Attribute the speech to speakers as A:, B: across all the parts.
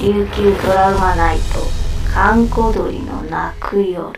A: 琉球ドラマナイト観光鳥の泣く夜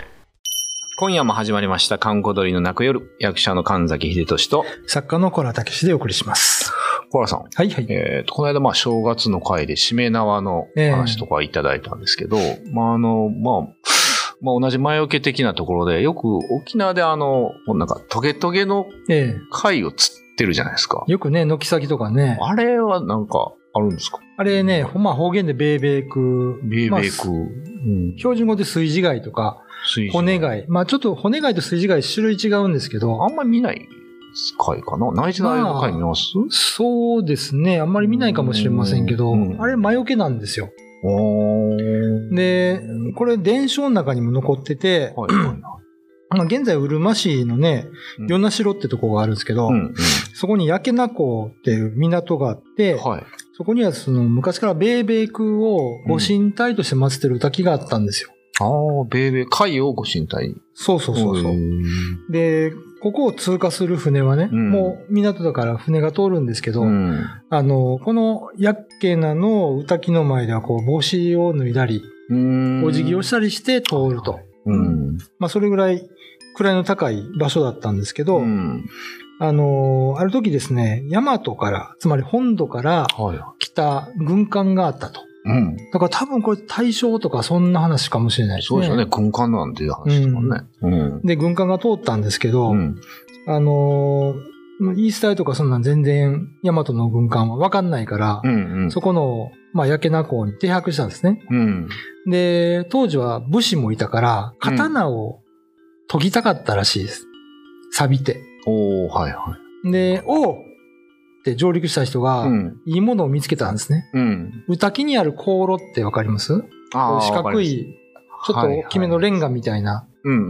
B: 今夜も始まりました、観光鳥の泣く夜、役者の神崎秀俊と、
C: 作家のコラタケシでお送りします。
B: コラさん。
C: はいはい。
B: えっ、と、この間、まあ、正月の回で、しめ縄の話とかいただいたんですけど、まあ、あの、まあ、まあ、同じ前置け的なところで、よく沖縄であの、なんか、トゲトゲの
C: え
B: 貝を釣ってるじゃないですか
C: え。よくね、軒先とかね。
B: あれはなんか、あるんですか
C: あれね、ほんまあ方言でベーベーク。
B: 米
C: まあ
B: 米空、うん、
C: 標準語で水地貝とか、
B: 水
C: 骨貝。まあちょっと骨貝と水地貝種類違うんですけど
B: あ、んまり見ない貝かな内地のああいうの貝見ます、
C: そうですね、あんまり見ないかもしれませんけど
B: うん、
C: あれ魔除けなんですよ。
B: おー
C: で、これ伝承の中にも残ってて、
B: はいはいは
C: まあ現在、うるま市のね
B: うん、
C: 与那城ってとこがあるんですけど
B: い。う、ん、
C: そこに焼けな港っていう港があって、
B: うん。はい。
C: そこにはその昔から米米空をご神体として祀ってる滝があったんですよ。
B: ああ、米米、貝をご神体に。
C: そうそうそうそうう。
B: ん
C: で、ここを通過する船はね、
B: うん
C: もう港だから船が通るんですけど、
B: うん。
C: あの、このヤッケナの歌滝の前ではこう帽子を脱いだり、
B: うん
C: お辞儀をしたりして通ると。
B: うん。
C: まあそれぐらい、位の高い場所だったんですけど、
B: うん
C: あの、ある時ですね、大和から、つまり本土から
B: はい。
C: 来た軍艦があったと。
B: うん。
C: だから多分これ大正とかそんな話かもしれないです
B: そう
C: ね。
B: ですよね。軍艦なんていう話ですもんね。うん。
C: で、軍艦が通ったんですけど、
B: うん。
C: あのーイースターとかそんなん全然、ヤマトの軍艦はわかんないから、
B: うん。
C: そこの、まあ、焼け名港に停泊したんですね。
B: うん。
C: で、当時は武士もいたから、刀を研ぎたかったらしいです。錆びて。
B: おー、はいは
C: で、おうって上陸した人が、
B: い。うん。
C: いいものを見つけたんですね。
B: うん。
C: 宇滝にある香炉ってわかります
B: あー
C: 四角。い、ちょっと大きめのレンガみたいな、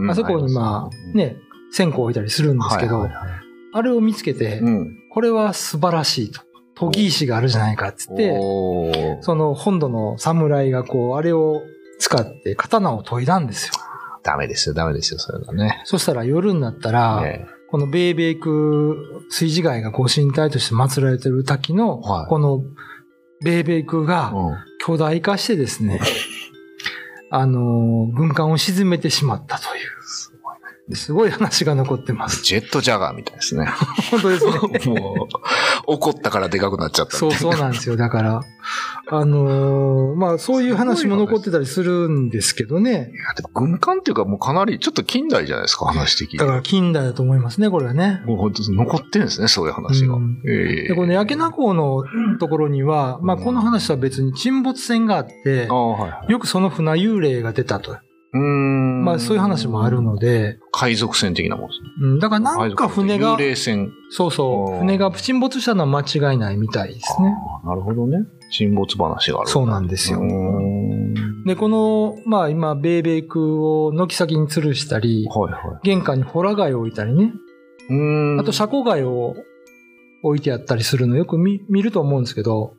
C: あそこにまあ、ね、線香を置いたりするんで
B: わ
C: す
B: か
C: け
B: りますは
C: ど、
B: いはいはい
C: あれを見つけて、
B: うん。
C: これは素晴らしいと。研ぎ石があるじゃないかっつって、
B: おー
C: その本土の侍がこう、あれを使って刀を研いだんですよ。
B: ダメですよ、ダメですよ、それがね。
C: そしたら夜になったら、
B: ええ
C: この米米空水地街がご神体として祀られてる滝の、
B: はい
C: この米米空が
B: う
C: 巨大化してです ね、あのー、軍艦を沈めてしまったという、すごい話が残ってま
B: ん
C: す。
B: ジェットジャガーみたいですね。
C: 本当ですね。
B: もう、怒ったからでかくなっちゃった
C: そうそうなんですよ。だから、あのーまあそういう話も残ってたりするんですけどね。
B: いやでも軍艦っていうかもうかなり、ちょっと近代じゃないですか、話的に。
C: だから近代だと思いますね、これはね。
B: もう本当残ってるんですね、そういう話が。
C: うん
B: ええ
C: で、この焼け名港のところには、まあ
B: うん
C: この話とは別に沈没船があって
B: あ、あ、はいはい。
C: よくその船幽霊が出たと。
B: うーん。
C: まあそういう話もある。ので、
B: 海賊船的なもんですね。
C: うんだからなんか船が
B: 海賊船って、幽霊船。
C: そうそ
B: おー
C: う、船が沈没したのは間違いないみたいですね。
B: ああなるほどね。沈没話がある。
C: そううなんですよ
B: ー。ん
C: で、この、まあ今、米米空を軒先に吊るしたり、
B: はいは
C: 玄関にホラ貝を置いたりね。
B: い。うーん。
C: あと、車庫外を置いてあったりするのよく見見ると思うんですけど、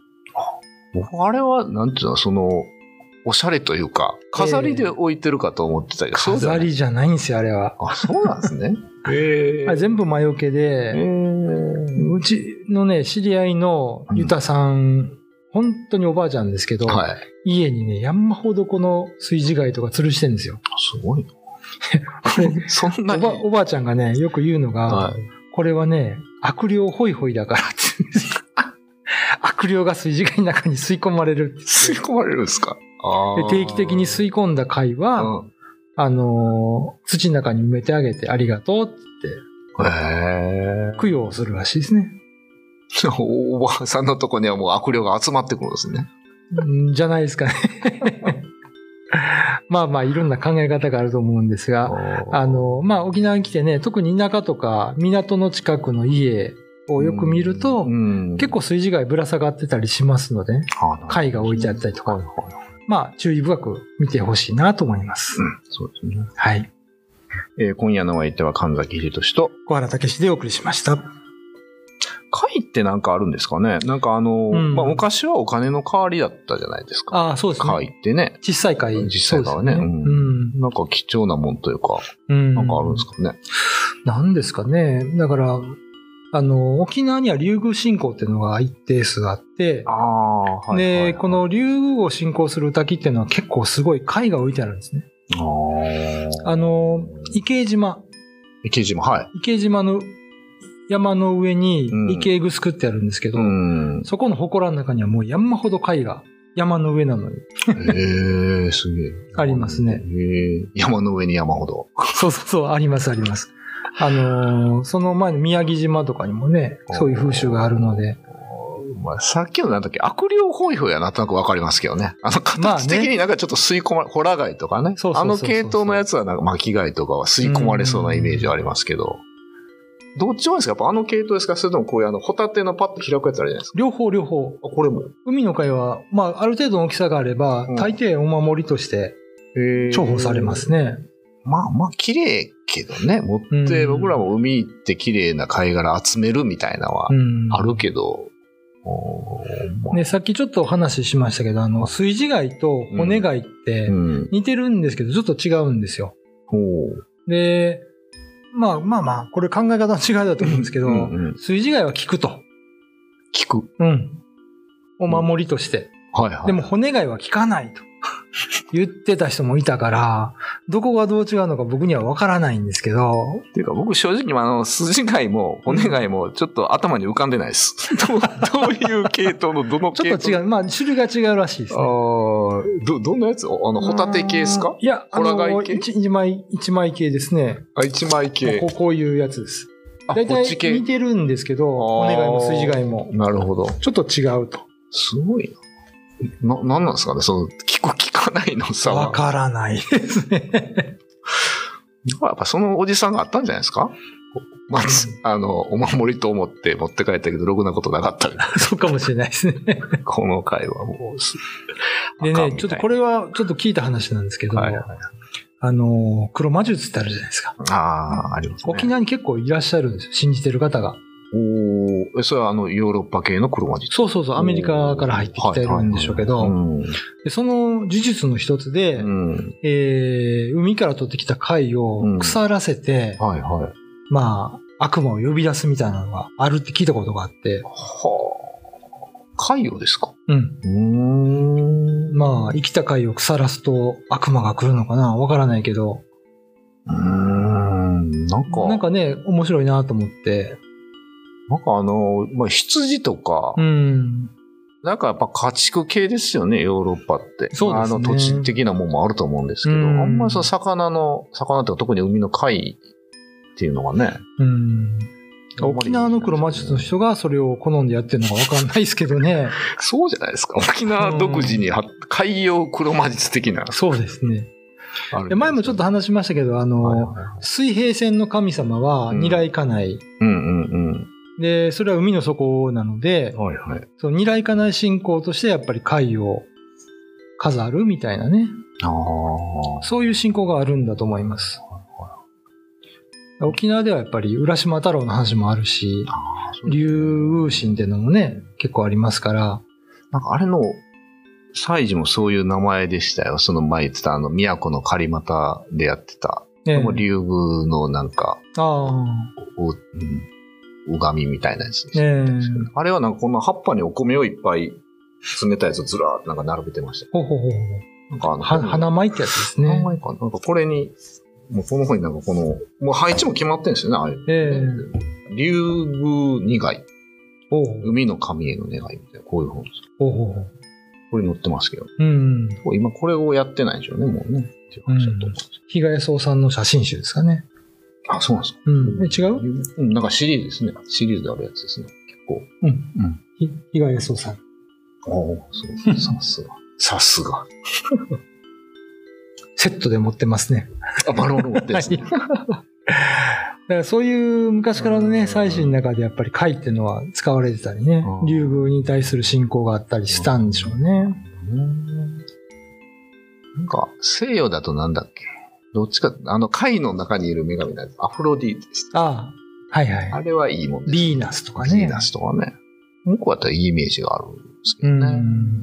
B: 僕あれは、なんていうの、その、おしゃれというか、飾りで置いてるかと思ってたけど、そうでは
C: 飾
B: ない
C: りじゃないんですよ、あれは。
B: あ、そうなんですね。え
C: あれ全部魔除け
B: え
C: で、
B: ー。
C: うちのね、知り合いのユタさん、本当におばあちゃんですけど、
B: はい。
C: 家にね、山ほどこの水地貝とか吊るしてるんですよ。
B: すごい な。
C: これ
B: そんな
C: お
B: に。
C: ばおばあちゃんがね、よく言うのが、
B: はい。
C: これはね、悪霊ホイホイだからって言うんですよ悪霊が水地貝の中に吸い込まれるって
B: 吸い込まれるんですかあ
C: 言って。で定期的に
B: い
C: 吸い込んだ貝は、
B: 込
C: あのー土の中に埋めてあげてありがとうって
B: む。へえ。
C: 供養するらしいですね。
B: おばあさんのとこにはもう悪霊が集まってくるんですね。
C: うんじゃないです かね。まあまあいろんな考え方があると思うんですが、あのーまあ沖縄に来てね、特に田舎とか港の近くの家をよく見ると、結
B: 結、
C: 構水地貝ぶら下がってたりしますので、貝が置いてあったりとか
B: はいはい
C: まあ注意深く見てほしいなと思います。
B: うん、そうですね。
C: はい。
B: えー今夜のお相手は神崎秀俊と、
C: 小原武史でお送りしました。
B: 貝ってなんかあるんですかねなんかあの、
C: うん
B: まあ昔はお金の代わりだったじゃないですか。
C: ああ、そうですね。
B: 貝ってね。
C: 小さい貝。
B: 実際貝はね
C: そうです
B: う
C: うん
B: なんか貴重なもんというか、
C: うん。
B: なんかあるんですかね。
C: なんですかね。だから、あの、沖縄には竜宮信仰っていうのが一定数あって、
B: ああ、はあーはいはいは
C: で、
B: い
C: この竜宮を信仰する滝っていうのは結構すごい貝が置いてあるんですね。
B: あ
C: あの、池江島、
B: 生地も、はい。
C: 池江島の山の上に
B: うん
C: 池江城ってあるんですけど、
B: うん。
C: そこの祠の中にはもう山ほど貝が山の上なのに。
B: えー、すげえ。
C: ありますね
B: えー山の上に山ほど。
C: そうそうそう、ありますあります。あのーその前の宮城島とかにもね、そういう風習があるので。
B: まあ、さっきのなんだっけ、悪霊ホイホイはなんとなくわかりますけどね。あの、
C: まあね
B: 形的になんかちょっと吸い込まれ、ホラガイとかね。
C: そうそ
B: あ
C: うそう
B: の
C: そう
B: 系統のやつはなんか巻き貝とかは吸い込まれそうなイメージはありますけど。どっちもですかやっぱあの系統ですかそれともこういうあの、ホタテのパッと開くやつあるじゃないですか。
C: 両方両方。
B: あ、これも。
C: 海の貝は、まあ、ある程度の大きさがあれば、
B: うん
C: 大抵お守りとして重宝されま。すね。
B: まあまあ、綺麗けどね。持って、
C: うん
B: 僕らも海行って綺麗な貝殻集めるみたいなのは
C: うん。
B: あるけど。おーまあ
C: ね、さっきちょっとお話ししましたけど、あの、水地貝と骨貝って
B: うん。
C: 似てるんですけど、ちょっと違うんですよ。
B: ほう
C: で、まあまあまあ、これ考え方の違いだと思うんですけど、
B: うんうん
C: 水地貝は効くと。
B: 聞く。
C: うん。お守りとして。
B: はいはい。
C: でも骨貝は効かないと 言ってた人もいたから、どこがどう違うのか僕にはわからないんですけど、
B: っていうか僕正直あの筋貝も骨貝もちょっと頭に浮かんでないです。 どうどういう系統のどの
C: ち
B: 系統
C: ょっと違う。まあ、種類が違うらしいですね。
B: ああ、ど、どんなやつあの、ホタテ系ですか
C: いや、あ
B: ホラ
C: の、
B: 貝系
C: 一一枚、一枚系ですね。
B: あ、一枚系
C: こ。うこういうやつです。
B: あ、こ
C: 大
B: っ
C: 体
B: ち
C: 似
B: 系。
C: てるんですけど、
B: あー
C: 骨貝も筋貝も。
B: なるほど。
C: ちょっと違うと。
B: すごいな。な、なんなんですかねその、聞く聞かないのさ。
C: わからないですね。
B: やっぱそのおじさんがあったんじゃないですかまず、あの、お守りと思って持って帰ったけど、ろくなことなかった。
C: そうかもしれないですね。
B: この回はもうす、
C: でね、ちょっとこ
B: れ、
C: れは、ちょっと聞いた話なんですけど、
B: はいはい
C: あの、黒魔術ってあるじゃないですか。
B: ああ、ありますね。
C: 沖縄に結構いらっしゃるんですよ。信じてる方が。
B: おお、えそれはあのヨーロッパ系の黒魔術。
C: そうそうそう、アメリカから入ってきてるんでしょうけ
B: はいはい
C: ど、
B: はい
C: でその呪術の一つで、
B: うんうん
C: えー海から取ってきた貝
B: う
C: を
B: ん
C: 腐らせて、
B: はいはい。
C: まあ、悪魔を呼び出すみたいなのがあるって聞いたことがあって、
B: はあ。海洋ですか
C: うん。
B: うーん。
C: まあ、生きた貝を腐らすと悪魔が来るのかなわからないけど、
B: うーん。なんか、な
C: なんん
B: か、
C: かね、面白いなと思って、
B: あの、まあ、羊とか、
C: うん。
B: なんかやっぱ家畜系ですよね、ヨーロッパって。
C: そうですね
B: あの土地的なもんもあると思うんですけど、
C: うん
B: あんまりその魚の、魚とか特に海の貝っていうのがね。
C: うん。沖縄の黒魔術の
B: 人
C: 人がそれを好んでやってるのかわかんないですけどね。
B: そうじゃないですか。沖縄独自には海洋黒魔術的な。
C: そうですね。
B: ある
C: で前もちょっと話しましたけど、あ
B: はい
C: の、
B: はいはい
C: 水平線の神様は
B: うん
C: 二来家内。
B: うんうん
C: で、それは海の底なので
B: うん。、はいはい。
C: その二来家内信仰としてやっぱり貝を飾るみたいなね。
B: ああ。
C: そういう信仰があるんだと思います。沖縄ではやっぱり浦島太郎の話もあるし、竜宮神っていうのもね、結構ありますから、
B: なんかあれの、祭事もそういう名前でしたよ。その前言ってた、あの、都の狩股でやってた。
C: ね
B: でも竜宮のなんか、
C: あ
B: お、うん、拝みみたいなやつで
C: あ、
B: した。
C: ね
B: あれはなんかこんな葉っぱにお米をいっぱい詰めたやつをずらーっとなんか並べてましたよ。
C: ほうほうほうほ
B: なんかあ
C: う。
B: の、
C: は花舞ってやつです
B: 名
C: ね。
B: 前かな。なんかこれに、もうこの方になんかこの、もう配置も決まってるんですよね、ああいう。
C: え
B: 竜宮二害、
C: ほう
B: 海の神への願いみたいな、こういう本です。
C: ほうほうほう。
B: これ載ってますけど。
C: うん。
B: これ今これをやってないんでしょうね、もうね。っていう話だと思うんですけど
C: 被害総さんの写真集ですかね。
B: あ、そうなんですか。
C: うん。え違う
B: うん、なんかシリーズですね。シリーズであるやつですね。結構。
C: うん。
B: うん。
C: ひ被害総さん。
B: おお、そう。さすが。さすが。
C: セットで持ってますね。
B: あ、バロール持ってるんです ね。
C: だからそういう昔からの
B: うん
C: ね、祭祀の中でやっぱり貝っていうのは使われてたりね
B: う、ん
C: 竜宮に対する信仰があったりしたんでしょうね。
B: うんなんか、西洋だとなんだっけどっちか、あの、貝の中にいる女神なんです。アフロディーテでした。
C: ああ、はいは
B: あ
C: い。
B: れはいいもんです。
C: ビーナスとかね。
B: ビーナスとかね。向こうだったらいいイメージがあるんですけ
C: う
B: どね。
C: ん。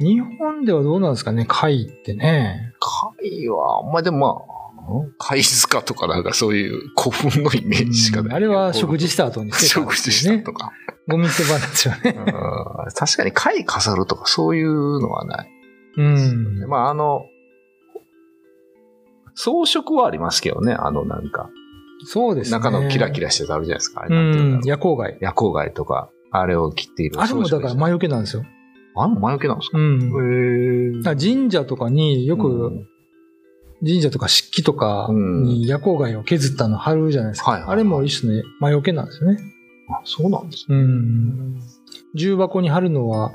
C: 日本ではどうなんですかね、貝ってね。
B: 貝は、まあでもまあ、の貝塚とかなんかそういう古墳のイメージしかない。
C: あれは食事した後に
B: 捨てた、ね、食事したとか。
C: ゴミ捨て場なんですよ ね
B: 確かに貝飾るとかそういうのはない。
C: うん。
B: まああの、装飾はありますけどね、あのなんか。
C: そうですね。
B: 中のキラキラしてたあるじゃないですか。あ
C: れなんていうん夜光貝。
B: 夜光貝とか、あれを切っている。
C: あれもだから魔除けなんですよ。
B: あれも魔除けなんですか、、
C: うんへ神社とかによく、うん、神社とか漆器とかに夜光貝を削ったの貼るじゃないですか。うんはいはいはい、あれも一種の魔除けなんですよね。
B: あ、そうなんです
C: ね。うん。重箱に貼るのは、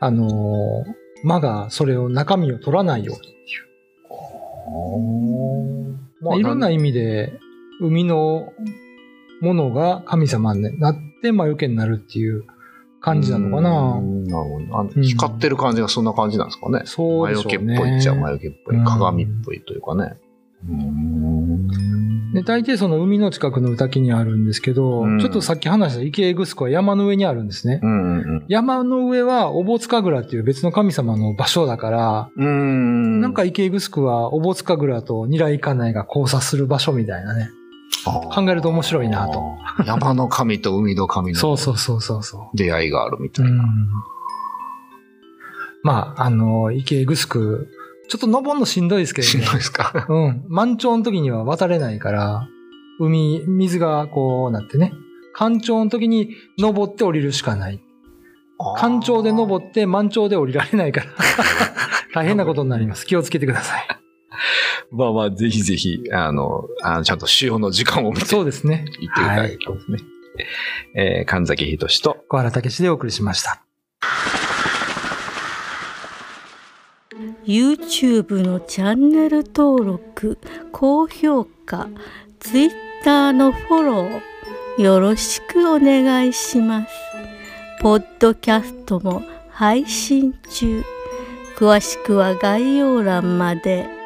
C: あのー、魔がそれを中身を取らないようにっていう。まあ、いろんな意味で、海のものが神様になって魔除けになるっていう感じなのかな。
B: なるほど。光ってる感じがそんな感じなんですかね。
C: そう
B: でしょう、ね、魔除けっぽいっちゃ魔除けっぽい。鏡っぽいというかね。
C: で大抵その海の近くの宇滝にあるんですけど、うん、ちょっとさっき話した池江グスコは山の上にあるんですね。
B: うんうんうん、
C: 山の上はオボツカグラっていう別の神様の場所だから、
B: うん、
C: なんか池江グスコはオボツカグラとニライカナイが交差する場所みたいなね。考えると面白いなと。
B: 山の神と海の神の
C: そうそうそうそうそう
B: 出会いがあるみたいな。
C: まあ、あの、池江グスク、ちょっと登るのしんどいですけどね。
B: しんどいです か。
C: うん。満潮の時には渡れないから、海、水がこうなってね。干潮の時に登って降りるしかない。干潮で登って満潮で降りられないから大変なことになります。気をつけてください。
B: まあまあ、ぜひぜひ、あの、あのちゃんと使用の時間を見て、
C: そうですね。
B: 行っていただきたいですね。はい、えー、神崎仁と
C: 小原武史でお送りしました。
D: YouTube のチャンネル登録、高評価、Twitter のフォロー、よろしくお願いします。ポッドキャストも配信中。詳しくは概要欄まで。